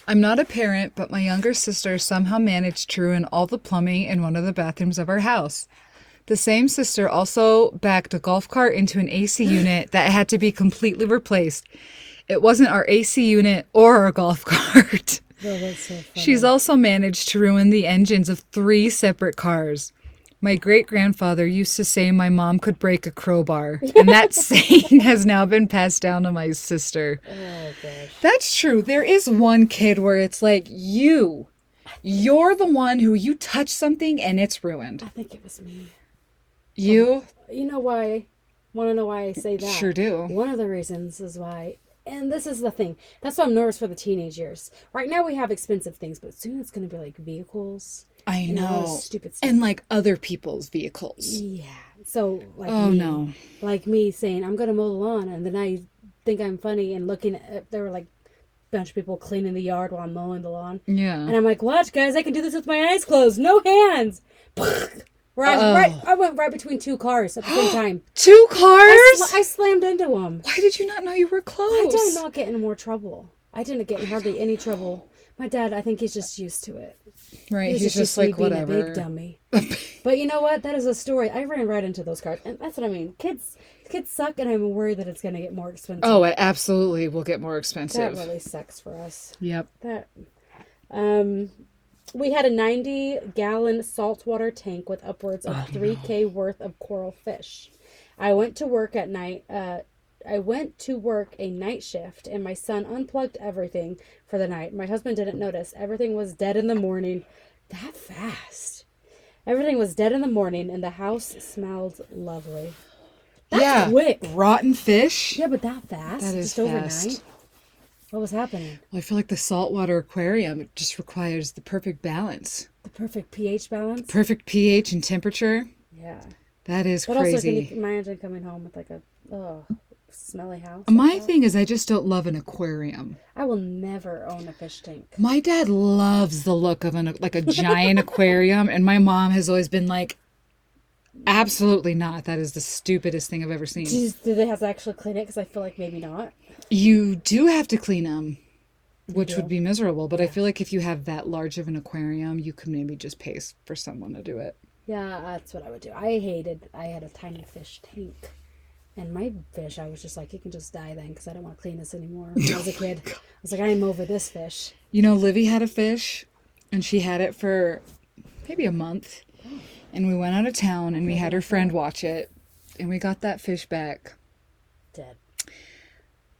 Speaker 1: I'm not a parent, but my younger sister somehow managed to ruin all the plumbing in one of the bathrooms of our house. The same sister also backed a golf cart into an AC unit that had to be completely replaced. It wasn't our AC unit or our golf cart.
Speaker 2: That was so fun.
Speaker 1: She's also managed to ruin the engines of three separate cars. My great grandfather used to say my mom could break a crowbar, and that saying has now been passed down to my sister.
Speaker 2: Oh gosh.
Speaker 1: That's true. There is one kid where it's like you, you're the one who you touch something and it's ruined.
Speaker 2: I think it was me.
Speaker 1: You,
Speaker 2: You know why? Want to know why I say that?
Speaker 1: Sure do.
Speaker 2: One of the reasons is why, and this is the thing. That's why I'm nervous for the teenage years. Right now we have expensive things, but soon it's going to be like vehicles.
Speaker 1: I
Speaker 2: and all this
Speaker 1: know,
Speaker 2: Stupid stuff.
Speaker 1: and like other people's vehicles.
Speaker 2: yeah. So like.
Speaker 1: Oh,
Speaker 2: me,
Speaker 1: no.
Speaker 2: Like me saying I'm going to mow the lawn, and then I think I'm funny and looking at there were like a bunch of people cleaning the yard while I'm mowing the lawn. And
Speaker 1: Yeah.
Speaker 2: I'm like, watch, guys, I can do this with my eyes closed, no hands. Right, right, I went right between two cars at the same time.
Speaker 1: Two
Speaker 2: I,
Speaker 1: cars.
Speaker 2: sl- I slammed into him.
Speaker 1: Why did you not know you were close?
Speaker 2: I did not get in more trouble. I didn't get in hardly any trouble. My dad, I think he's just used to it.
Speaker 1: Right. He's, just,
Speaker 2: used to me
Speaker 1: like
Speaker 2: being
Speaker 1: whatever.
Speaker 2: a big dummy. but you know what? That is a story. I ran right into those cars, and that's what I mean. Kids, kids suck, and I'm worried that it's going to get more expensive.
Speaker 1: Oh, it absolutely will get more
Speaker 2: that
Speaker 1: expensive.
Speaker 2: really sucks for us.
Speaker 1: Yep.
Speaker 2: That um we had a 90 gallon saltwater tank with upwards
Speaker 1: Oh,
Speaker 2: of 3k worth of coral fish. I went to work at night uh I went to work a night shift and my son unplugged everything for the night. My husband didn't notice. Everything was dead in the morning. That fast. Everything was dead in the morning and the house smelled lovely. That's
Speaker 1: yeah.
Speaker 2: quick.
Speaker 1: Rotten fish.
Speaker 2: Yeah, but that fast?
Speaker 1: That is
Speaker 2: just overnight?
Speaker 1: fast.
Speaker 2: What was happening?
Speaker 1: Well, I feel like the saltwater aquarium it just requires the perfect balance,
Speaker 2: The perfect pH balance.
Speaker 1: perfect pH and temperature.
Speaker 2: Yeah.
Speaker 1: That is
Speaker 2: But also, can
Speaker 1: crazy.
Speaker 2: you imagine coming home with like a oh smelly house?
Speaker 1: My thing is, I just don't love an aquarium.
Speaker 2: I will never own a fish tank.
Speaker 1: My dad loves the look of an like a giant aquarium, and my mom has always been like, "Absolutely not! That is the stupidest thing I've ever seen."
Speaker 2: Do, do they have to actually clean it? Because I feel like maybe not.
Speaker 1: You do have to clean them, which would be miserable. But I feel like if you have that large of an aquarium, you could maybe just pay s- for someone to do it.
Speaker 2: Yeah, that's what I would do. I hated. I had a tiny fish tank, and my fish. I was just like, you can just die then, because I don't want to clean this anymore. When
Speaker 1: Oh
Speaker 2: I was a kid, I was like, I am over this fish.
Speaker 1: You know, Livy had a fish, and she had it for maybe a month. And we went out of town, and we had her friend watch it, and we got that fish back.
Speaker 2: Dead.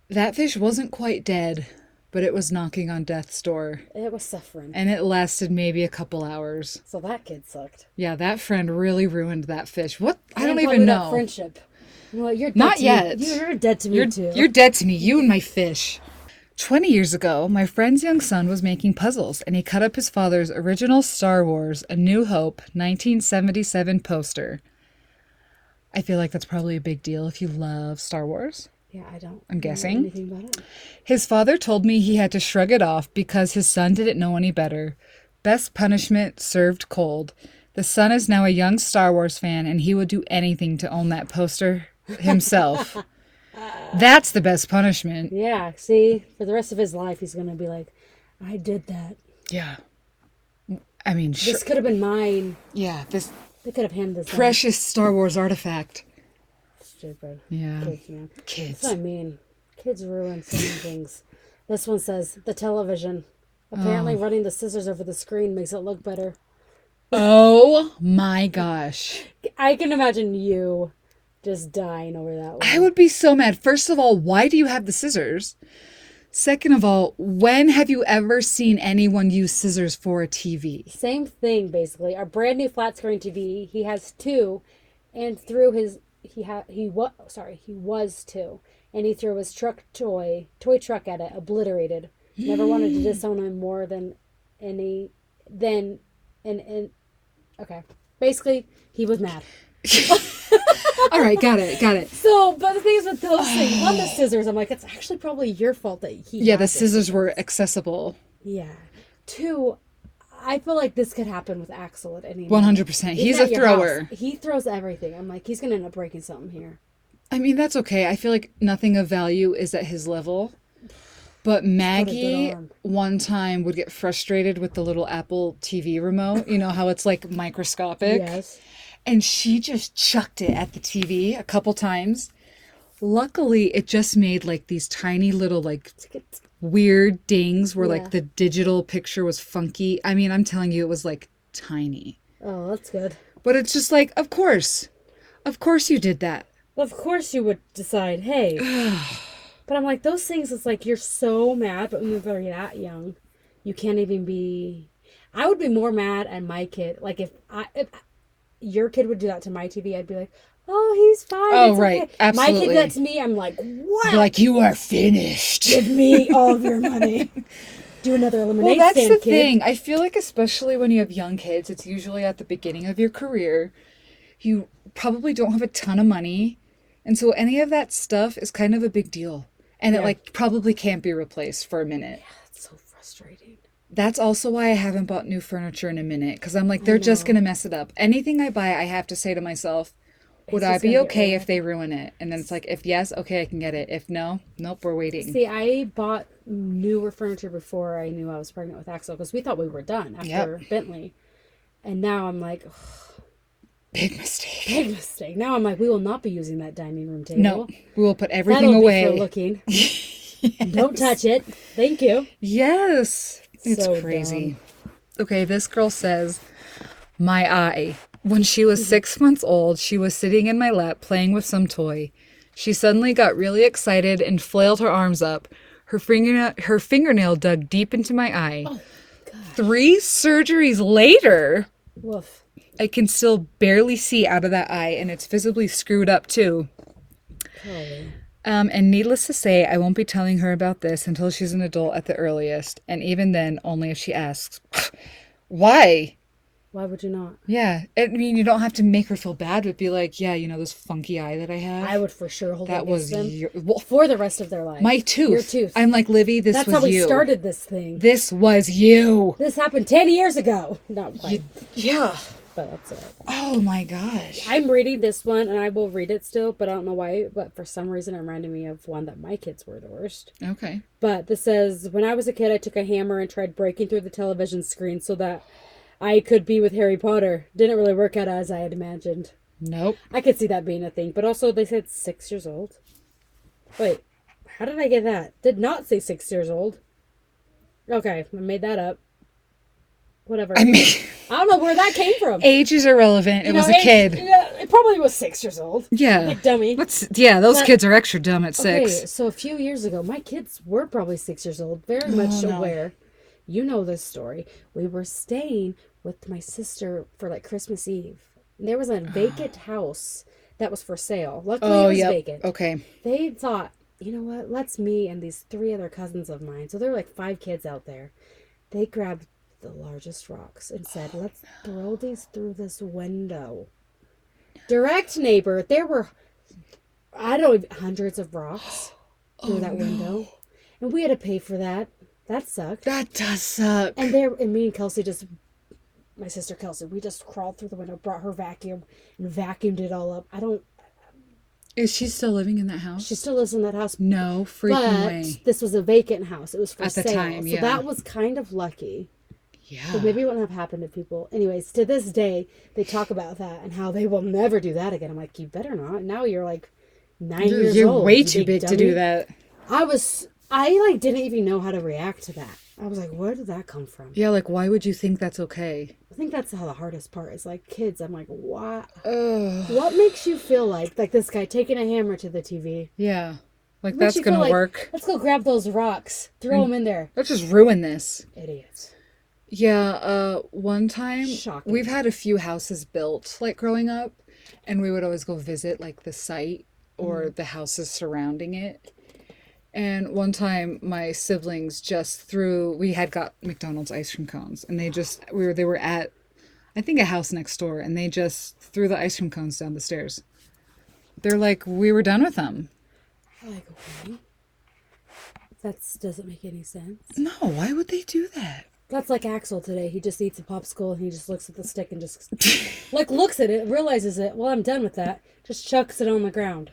Speaker 1: That fish wasn't quite dead, but it was knocking on death's door,
Speaker 2: It was suffering.
Speaker 1: and it lasted maybe a couple hours.
Speaker 2: so that kid sucked.
Speaker 1: Yeah, that friend really ruined that fish. What? I don't
Speaker 2: And
Speaker 1: even
Speaker 2: probably that
Speaker 1: know.
Speaker 2: friendship. Well, you're dead
Speaker 1: Not
Speaker 2: to me-
Speaker 1: yet.
Speaker 2: You're dead to me
Speaker 1: You're,
Speaker 2: too.
Speaker 1: you're dead to me, you and my fish. 20 years ago, my friend's young son was making puzzles and he cut up his father's original Star Wars A New Hope 1977 poster. I feel like that's probably a big deal if you love Star Wars.
Speaker 2: yeah, I don't.
Speaker 1: I'm
Speaker 2: know
Speaker 1: guessing.
Speaker 2: anything about it.
Speaker 1: His father told me he had to shrug it off because his son didn't know any better. Best punishment served cold. The son is now a young Star Wars fan and he would do anything to own that poster himself. That's the best punishment.
Speaker 2: Yeah. See, for the rest of his life, he's gonna be like, I did that.
Speaker 1: Yeah. I mean, sure.
Speaker 2: This could have been mine.
Speaker 1: yeah, this
Speaker 2: They could have handed this. down.
Speaker 1: precious Star Wars artifact.
Speaker 2: Stupid.
Speaker 1: Yeah.
Speaker 2: Kids, man.
Speaker 1: Kids.
Speaker 2: That's what I mean. Kids ruin so many things. This one says the television. Apparently, running the scissors over the screen makes it look better.
Speaker 1: Oh my gosh.
Speaker 2: I can imagine you just dying over that one.
Speaker 1: I would be so mad. First of all, why do you have the scissors? Second of all, when have you ever seen anyone use scissors for a TV?
Speaker 2: Same thing, basically. Our brand new flat screen TV. He has two, and through his he had he was sorry he was two, and he threw his truck toy toy truck at it, obliterated. Never wanted to disown him more than any than and and okay. Basically, he was mad.
Speaker 1: All right, got it, got it.
Speaker 2: So, but the thing is with those things, one the scissors. I'm like, it's actually probably your fault that he.
Speaker 1: Yeah, the
Speaker 2: has it."
Speaker 1: scissors were accessible.
Speaker 2: Yeah. Two, I feel like this could happen with Axel at any. moment.
Speaker 1: 100%. He's a
Speaker 2: at your house.
Speaker 1: thrower.
Speaker 2: He throws everything. I'm like, he's gonna end up breaking something here.
Speaker 1: I mean, that's okay. I feel like nothing of value is at his level. But Maggie
Speaker 2: arm.
Speaker 1: one time would get frustrated with the little Apple TV remote. You know how it's like microscopic?
Speaker 2: Yes.
Speaker 1: And she just chucked it at the TV a couple times. Luckily, it just made like these tiny little like weird dings where
Speaker 2: Yeah.
Speaker 1: like the digital picture was funky. I mean, I'm telling you, it was like tiny.
Speaker 2: Oh, that's good.
Speaker 1: But it's just like, of course. Of course you did that.
Speaker 2: Of course, you would decide, hey. but I'm like, those things. It's like you're so mad, but when they're that young, you can't even be. I would be more mad at my kid. Like if I, if your kid would do that to my TV, I'd be like, oh, he's fine.
Speaker 1: Oh,
Speaker 2: it's
Speaker 1: right,
Speaker 2: okay." My kid
Speaker 1: absolutely.
Speaker 2: did that to me. I'm like, what?
Speaker 1: You're like, you are finished.
Speaker 2: Give me all of your money. Do another
Speaker 1: Well,
Speaker 2: elimination
Speaker 1: that's
Speaker 2: stand,
Speaker 1: the
Speaker 2: kid.
Speaker 1: thing. I feel like, especially when you have young kids, it's usually at the beginning of your career. You probably don't have a ton of money. And so any of that stuff is kind of a big deal. And it like probably can't be replaced for a minute.
Speaker 2: That's so frustrating.
Speaker 1: That's also why I haven't bought new furniture in a minute because I'm like, they're just
Speaker 2: Oh.
Speaker 1: going to mess it up. Anything I buy, I have to say to myself, would I
Speaker 2: just
Speaker 1: be
Speaker 2: gonna get
Speaker 1: okay if they ruin it? And then it's like, if yes, okay, I can get it. If no, nope, we're waiting.
Speaker 2: See, I bought newer furniture before I knew I was pregnant with Axel because we thought we were done after Bentley. And now I'm like, "Ugh,
Speaker 1: Big mistake.
Speaker 2: big mistake. Now I'm like, we will not be using that dining room table.
Speaker 1: No, we will put everything
Speaker 2: That'll
Speaker 1: away.
Speaker 2: be for looking. Don't touch it. Thank you.
Speaker 1: Yes. It's
Speaker 2: So
Speaker 1: crazy. Okay, this girl says, My eye. When she was six months old, she was sitting in my lap playing with some toy. She suddenly got really excited and flailed her arms up. Her, fingerna- her fingernail dug deep into my eye. Three surgeries later,
Speaker 2: Woof.
Speaker 1: I can still barely see out of that eye, and it's visibly screwed up too.
Speaker 2: Holy.
Speaker 1: Um, and needless to say, I won't be telling her about this until she's an adult at the earliest, and even then, only if she asks, Why?
Speaker 2: Why would you not?
Speaker 1: Yeah. I mean, you don't have to make her feel bad, but be like, Yeah, you know, this funky eye that I have?
Speaker 2: I would for sure hold that
Speaker 1: that
Speaker 2: against
Speaker 1: was
Speaker 2: them
Speaker 1: your. Well, f-
Speaker 2: for the rest of their life.
Speaker 1: my tooth.
Speaker 2: Your tooth.
Speaker 1: I'm like, Livy, this
Speaker 2: That's
Speaker 1: was
Speaker 2: how we
Speaker 1: you.
Speaker 2: started this thing.
Speaker 1: This was you.
Speaker 2: This happened ten years ago. Not quite,
Speaker 1: Yeah.
Speaker 2: but that's it.
Speaker 1: Oh my gosh.
Speaker 2: I'm reading this one, and I will read it still, but I don't know why. But for some reason, it reminded me of one that my kids were the worst.
Speaker 1: Okay.
Speaker 2: But this says, when I was a kid, I took a hammer and tried breaking through the television screen so that I could be with Harry Potter. Didn't really work out as I had imagined.
Speaker 1: Nope.
Speaker 2: I could see that being a thing, but also they said six years old. Wait, how did I get that? Did not say six years old. Okay, I made that up. Whatever.
Speaker 1: I
Speaker 2: I,
Speaker 1: mean,
Speaker 2: don't know where that came from.
Speaker 1: age is irrelevant. It
Speaker 2: You know,
Speaker 1: was a
Speaker 2: it-
Speaker 1: kid.
Speaker 2: yeah, it probably was six years old.
Speaker 1: Yeah.
Speaker 2: Like dummy.
Speaker 1: What's yeah? Those
Speaker 2: But-
Speaker 1: kids are extra dumb at six.
Speaker 2: Okay, so a few years ago, my kids were probably six years old,
Speaker 1: Oh,
Speaker 2: very much aware. You know this story. We were staying with my sister for like Christmas Eve. There was a vacant house that was for sale. Luckily, it was
Speaker 1: Ah. Oh, yep.
Speaker 2: vacant.
Speaker 1: Okay.
Speaker 2: They thought, you know what? Let's me and these three other cousins of mine. So there were like five kids out there. They grabbed the largest rocks and said, let's throw these through this window. Direct neighbor, there were I don't even, hundreds of rocks through that window, and we had to pay for that. That sucked.
Speaker 1: That does suck.
Speaker 2: And there, and me and Kelsey just, my sister Kelsey, we just crawled through the window, brought her vacuum, and vacuumed it all up. I don't.
Speaker 1: Is she still living in that house?
Speaker 2: She still lives in that house,
Speaker 1: No freaking
Speaker 2: but
Speaker 1: way.
Speaker 2: this was a vacant house. It was for
Speaker 1: At the
Speaker 2: sale,
Speaker 1: time,
Speaker 2: so
Speaker 1: yeah.
Speaker 2: that was kind of lucky.
Speaker 1: Yeah.
Speaker 2: So maybe it wouldn't have happened to people. Anyways, to this day, they talk about that and how they will never do that again. I'm like, you better not. Now you're like 9
Speaker 1: You're,
Speaker 2: years
Speaker 1: you're
Speaker 2: old.
Speaker 1: way
Speaker 2: you
Speaker 1: too big to
Speaker 2: dummy.
Speaker 1: do that.
Speaker 2: I was I like didn't even know how to react to that. I was like, where did that come from?
Speaker 1: Yeah. Like, why would you think that's okay?
Speaker 2: I think that's how the hardest part is like kids. I'm like, what?
Speaker 1: Ugh.
Speaker 2: What makes you feel like like this guy taking a hammer to the TV?
Speaker 1: Yeah. Like
Speaker 2: Makes
Speaker 1: that's
Speaker 2: you feel
Speaker 1: gonna
Speaker 2: like,
Speaker 1: work. Mm.
Speaker 2: Let's go grab those rocks, throw them in there,
Speaker 1: Let's just ruin this.
Speaker 2: idiots.
Speaker 1: Yeah, uh one time
Speaker 2: Shocking.
Speaker 1: we've had a few houses built like growing up and we would always go visit like the site or the houses surrounding it. And one time my siblings just threw we had got McDonald's ice cream cones and they just we were they were at I think a house next door and they just threw the ice cream cones down the stairs. They're like we were done with them.
Speaker 2: I'm like, okay. That doesn't make any sense.
Speaker 1: No, why would they do that?
Speaker 2: That's like Axel today. He just eats a popsicle and he just looks at the stick and just like looks at it, realizes it. Well, I'm done with that. Just chucks it on the ground.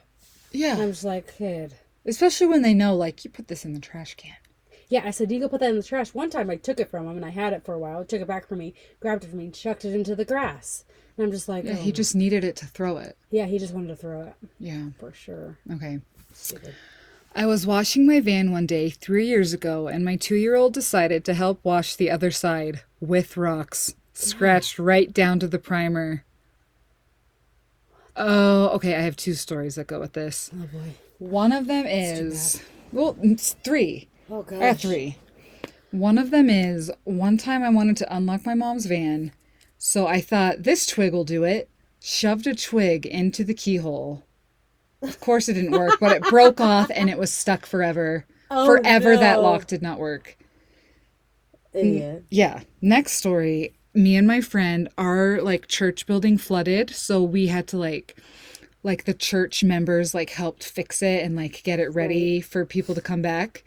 Speaker 1: Yeah.
Speaker 2: I'm just like, kid.
Speaker 1: Especially when they know like you put this in the trash can.
Speaker 2: Yeah, I said, you go put that in the trash. One time I took it from him and I had it for a while. Took it back from me, grabbed it from me, and chucked it into the grass. And I'm just like,
Speaker 1: Yeah,
Speaker 2: oh.
Speaker 1: he just needed it to throw it.
Speaker 2: yeah, he just wanted to throw it
Speaker 1: Yeah.
Speaker 2: for sure.
Speaker 1: Okay.
Speaker 2: Stupid.
Speaker 1: I was washing my van one day three years ago, and my two year old decided to help wash the other side with rocks, scratched right down to the primer. Oh, okay. I have two stories that go with this.
Speaker 2: Oh boy.
Speaker 1: One of them is, well, it's three.
Speaker 2: Oh gosh.
Speaker 1: Or three. One of them is one time I wanted to unlock my mom's van, so I thought this twig will do it. Shoved a twig into the keyhole. Of course, it didn't work, but it broke off and it was stuck forever. forever, that
Speaker 2: Oh, no.
Speaker 1: lock did not work.
Speaker 2: Idiot.
Speaker 1: Yeah. Next story. Me and my friend, our like church building flooded, so we had to like like the church members like helped fix it and like get it ready for people to come back.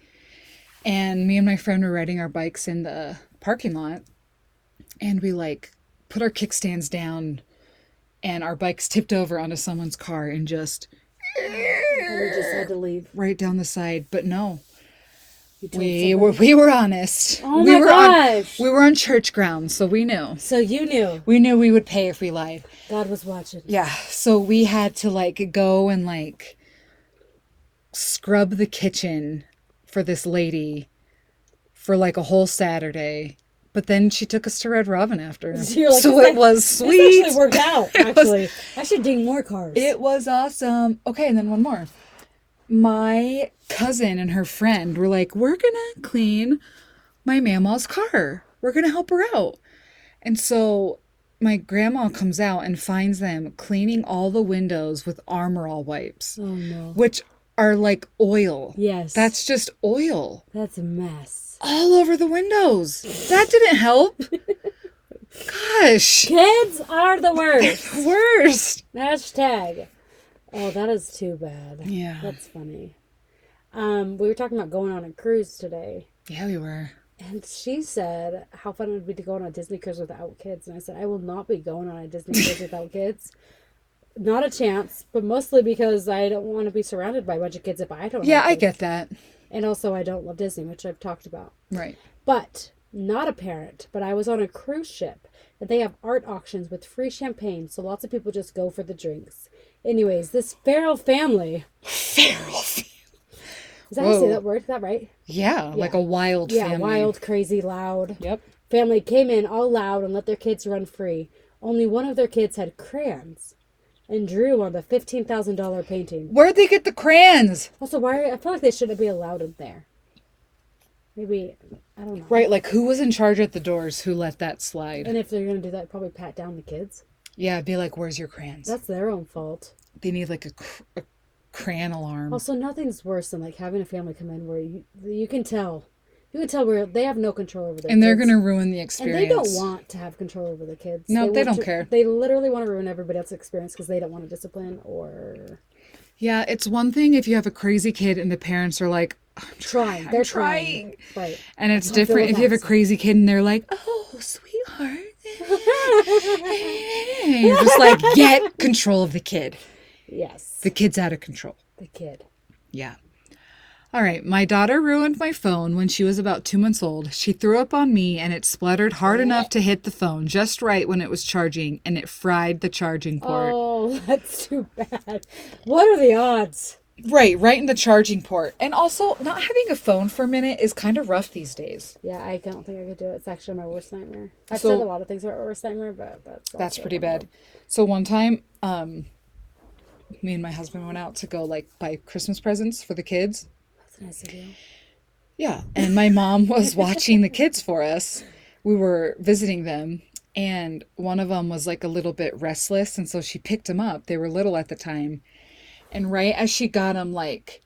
Speaker 1: And me and my friend were riding our bikes in the parking lot and we like put our kickstands down and our bikes tipped over onto someone's car and just
Speaker 2: And we just had to leave.
Speaker 1: right down the side, but no.
Speaker 2: You told
Speaker 1: We were we were honest.
Speaker 2: Oh
Speaker 1: we
Speaker 2: my
Speaker 1: were
Speaker 2: gosh.
Speaker 1: On, we were on church grounds, so we knew.
Speaker 2: So you knew
Speaker 1: We knew we would pay if we lied.
Speaker 2: God was watching.
Speaker 1: Yeah. So we had to like go and like scrub the kitchen for this lady for like a whole Saturday. But then she took us to Red Robin after.
Speaker 2: So you're like,
Speaker 1: so
Speaker 2: this
Speaker 1: it was
Speaker 2: act-
Speaker 1: sweet.
Speaker 2: This actually worked out. Actually, I should ding more cars.
Speaker 1: It was awesome. Okay, and then one more. My cousin and her friend were like, We're gonna clean my mamaw's car. We're gonna help her out. And so my grandma comes out and finds them cleaning all the windows with armor all wipes.
Speaker 2: oh no.
Speaker 1: Which are like oil.
Speaker 2: Yes.
Speaker 1: That's just oil
Speaker 2: That's a mess.
Speaker 1: all over the windows. That didn't help. Gosh,
Speaker 2: Kids are the worst.
Speaker 1: worst.
Speaker 2: Hashtag. Oh, that is too bad.
Speaker 1: Yeah.
Speaker 2: That's funny. Um, we were talking about going on a cruise today,
Speaker 1: Yeah, we were.
Speaker 2: and she said how fun it would be to go on a Disney cruise without kids. And I said, I will not be going on a Disney cruise without kids. Not a chance, but mostly because I don't want to be surrounded by a bunch of kids if I don't.
Speaker 1: Yeah,
Speaker 2: have
Speaker 1: I
Speaker 2: kids.
Speaker 1: get that.
Speaker 2: And also, I don't love Disney, which I've talked about.
Speaker 1: Right.
Speaker 2: But not a parent, but I was on a cruise ship and they have art auctions with free champagne, so lots of people just go for the drinks. Anyways, this feral family. Is that how you say
Speaker 1: Whoa.
Speaker 2: that word? Is that right?
Speaker 1: Yeah, like a wild
Speaker 2: Yeah,
Speaker 1: family.
Speaker 2: wild, crazy, loud.
Speaker 1: Yep.
Speaker 2: Family came in all loud and let their kids run free. Only one of their kids had crayons and drew on the $15,000 painting.
Speaker 1: Where'd they get the crayons?
Speaker 2: Also, why? I feel like they shouldn't be allowed in there. Maybe, I don't know.
Speaker 1: Right, like who was in charge at the doors who let that slide?
Speaker 2: And if they're going to do that, probably pat down the kids.
Speaker 1: Yeah, be like, where's your crayons?
Speaker 2: That's their own fault.
Speaker 1: They need like a, cr- a crayon alarm.
Speaker 2: Also, nothing's worse than like having a family come in where you you can tell, you can tell where they have no control over their
Speaker 1: and they're
Speaker 2: kids.
Speaker 1: going to ruin the
Speaker 2: and
Speaker 1: experience.
Speaker 2: they don't want to have control over the kids.
Speaker 1: No, they
Speaker 2: want
Speaker 1: don't
Speaker 2: to-
Speaker 1: care.
Speaker 2: They literally want to ruin everybody else's experience because they don't want to discipline or
Speaker 1: Yeah, it's one thing if you have a crazy kid and the parents are like, "I'm
Speaker 2: trying.
Speaker 1: trying, I'm
Speaker 2: they're
Speaker 1: trying.
Speaker 2: trying. Right.
Speaker 1: And it's
Speaker 2: feel
Speaker 1: different if you have a
Speaker 2: offensive.
Speaker 1: crazy kid and they're like, oh, sweetheart. And you're just like, get control of the kid.
Speaker 2: Yes.
Speaker 1: The kid's out of control.
Speaker 2: The kid.
Speaker 1: Yeah. All right, my daughter ruined my phone when she was about two months old. She threw up on me and it splattered hard enough to hit the phone just right when it was charging and it fried the charging port.
Speaker 2: Oh, that's too bad. What are the odds?
Speaker 1: Right, right in the charging port. And also, not having a phone for a minute is kind of rough these days.
Speaker 2: Yeah, I don't think I could do it. It's actually my worst nightmare. I've
Speaker 1: So-
Speaker 2: said a lot of things about my worst nightmare, but that's
Speaker 1: That's
Speaker 2: also
Speaker 1: pretty
Speaker 2: one of them.
Speaker 1: bad. So one time, um, me and my husband went out to go like buy Christmas presents for the kids.
Speaker 2: That's nice of you.
Speaker 1: Yeah, and my mom was watching the kids for us. We were visiting them, and one of them was like a little bit restless, and so she picked him up. They were little at the time, and right as she got him like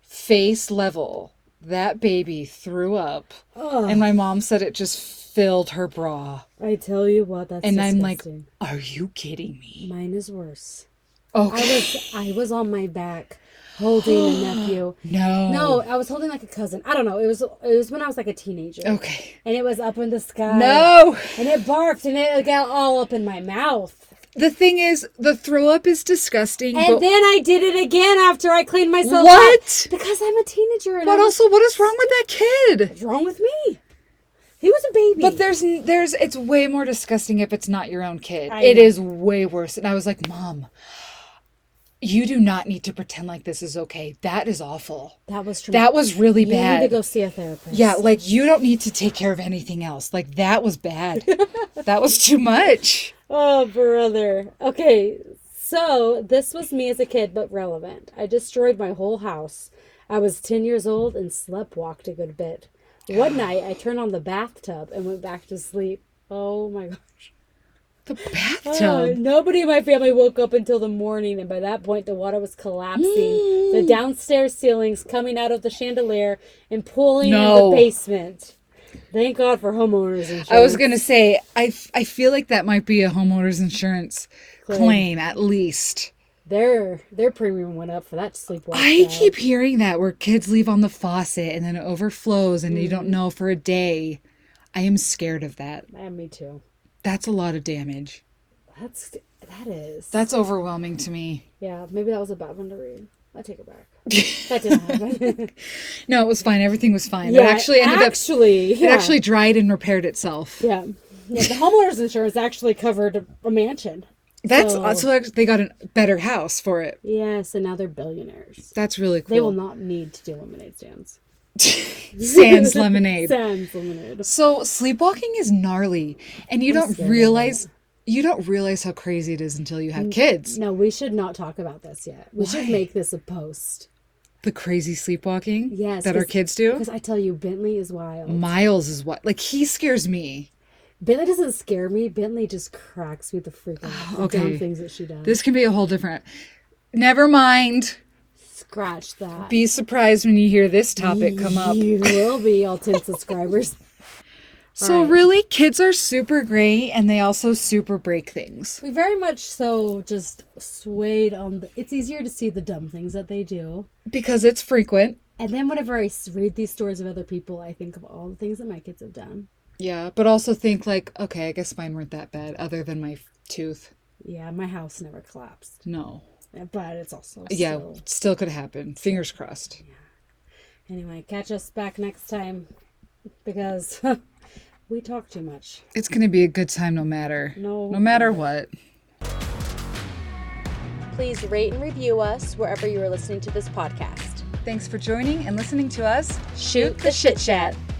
Speaker 1: face level, that baby threw up, and my mom said it just filled her bra.
Speaker 2: I tell you what, that's
Speaker 1: And I'm like,
Speaker 2: disgusting.
Speaker 1: "Are you kidding me?"
Speaker 2: mine is worse. I
Speaker 1: Okay,
Speaker 2: was I was on my back holding a nephew.
Speaker 1: no,
Speaker 2: No, I was holding like a cousin. I don't know. It was it was when I was like a teenager.
Speaker 1: Okay.
Speaker 2: And it was up in the sky.
Speaker 1: Oh. No.
Speaker 2: And it barked and it got all up in my mouth.
Speaker 1: The thing is, the throw up is disgusting.
Speaker 2: And
Speaker 1: but,
Speaker 2: then I did it again after I cleaned myself up.
Speaker 1: What?
Speaker 2: Because I'm a teenager. And
Speaker 1: but
Speaker 2: I'm-
Speaker 1: also, what is wrong with that kid?
Speaker 2: what's wrong with me? He was a baby.
Speaker 1: But there's n- there's it's way more disgusting if it's not your own kid.
Speaker 2: I
Speaker 1: It
Speaker 2: know.
Speaker 1: is way worse. And I was like, Mom, you do not need to pretend like this is okay. That is awful.
Speaker 2: that was true.
Speaker 1: That was really
Speaker 2: you need to
Speaker 1: bad.
Speaker 2: go see a therapist.
Speaker 1: Yeah, like you don't need to take care of anything else. Like that was bad. that was too much.
Speaker 2: Oh, brother. Okay, so this was me as a kid, but relevant. I destroyed my whole house. I was 10 years old and sleptwalked a good bit. One night, I turned on the bathtub and went back to sleep. Oh my gosh.
Speaker 1: The
Speaker 2: Uh,
Speaker 1: bathtub.
Speaker 2: nobody in my family woke up until the morning, and by that point, the water was collapsing.
Speaker 1: Mm.
Speaker 2: The downstairs ceilings coming out of the chandelier and pulling in
Speaker 1: No.
Speaker 2: the basement. Thank God for homeowners insurance.
Speaker 1: I was gonna say, I, f- I feel like that might be a homeowner's insurance claim at least.
Speaker 2: Their their premium went up for that sleepwalk.
Speaker 1: I
Speaker 2: bag.
Speaker 1: keep hearing that where kids leave on the faucet and then it overflows and you don't
Speaker 2: Mm.
Speaker 1: know for a day. I am scared of that.
Speaker 2: Yeah, me too.
Speaker 1: That's a lot of damage.
Speaker 2: That's that is.
Speaker 1: That's overwhelming to me.
Speaker 2: Yeah, maybe that was a bad one to read. I take it back. That didn't happen.
Speaker 1: No, it was fine. Everything was fine.
Speaker 2: yeah,
Speaker 1: it actually ended up.
Speaker 2: actually,
Speaker 1: It
Speaker 2: yeah.
Speaker 1: actually dried and repaired itself.
Speaker 2: yeah. Yeah, the homeowners insurance actually covered a mansion.
Speaker 1: That's
Speaker 2: So-
Speaker 1: also actually, they got a better house for it.
Speaker 2: Yes, and now they're billionaires.
Speaker 1: That's really
Speaker 2: They will
Speaker 1: cool.
Speaker 2: not need to do lemonade stands.
Speaker 1: Sans lemonade.
Speaker 2: Sans lemonade.
Speaker 1: So sleepwalking is gnarly, and you don't
Speaker 2: scared of
Speaker 1: realize you don't realize how crazy it is until you
Speaker 2: Mm.
Speaker 1: have kids.
Speaker 2: No, we should not talk about this yet. We should make this a post.
Speaker 1: The crazy sleepwalking
Speaker 2: Yes,
Speaker 1: that our
Speaker 2: 'cause-
Speaker 1: kids do.
Speaker 2: Because I tell you, Bentley is wild.
Speaker 1: Miles is what like he scares me.
Speaker 2: Bentley doesn't scare me. Bentley just cracks me the freak out. The dumb
Speaker 1: Okay.
Speaker 2: things that she does.
Speaker 1: This can be a whole different. Never mind.
Speaker 2: Scratch that.
Speaker 1: Be surprised when you hear this topic come up.
Speaker 2: You will be all 10 subscribers.
Speaker 1: So really, kids are super great, and they also super break things.
Speaker 2: We very much so just swayed on the. It's easier to see the dumb things that they do.
Speaker 1: Because it's frequent.
Speaker 2: And then whenever I s- read these stories of other people, I think of all the things that my kids have done.
Speaker 1: Yeah, but also think like, okay, I guess mine weren't that bad, other than my tooth.
Speaker 2: Yeah, my house never collapsed,
Speaker 1: No.
Speaker 2: but it's also
Speaker 1: Yeah,
Speaker 2: still-
Speaker 1: still could happen. Fingers crossed.
Speaker 2: Anyway, catch us back next time because we talk too much.
Speaker 1: It's gonna be a good time, no matter.
Speaker 2: No
Speaker 1: No matter what.
Speaker 4: Please rate and review us wherever you are listening to this podcast.
Speaker 1: Thanks for joining and listening to us.
Speaker 4: Shoot the shit chat.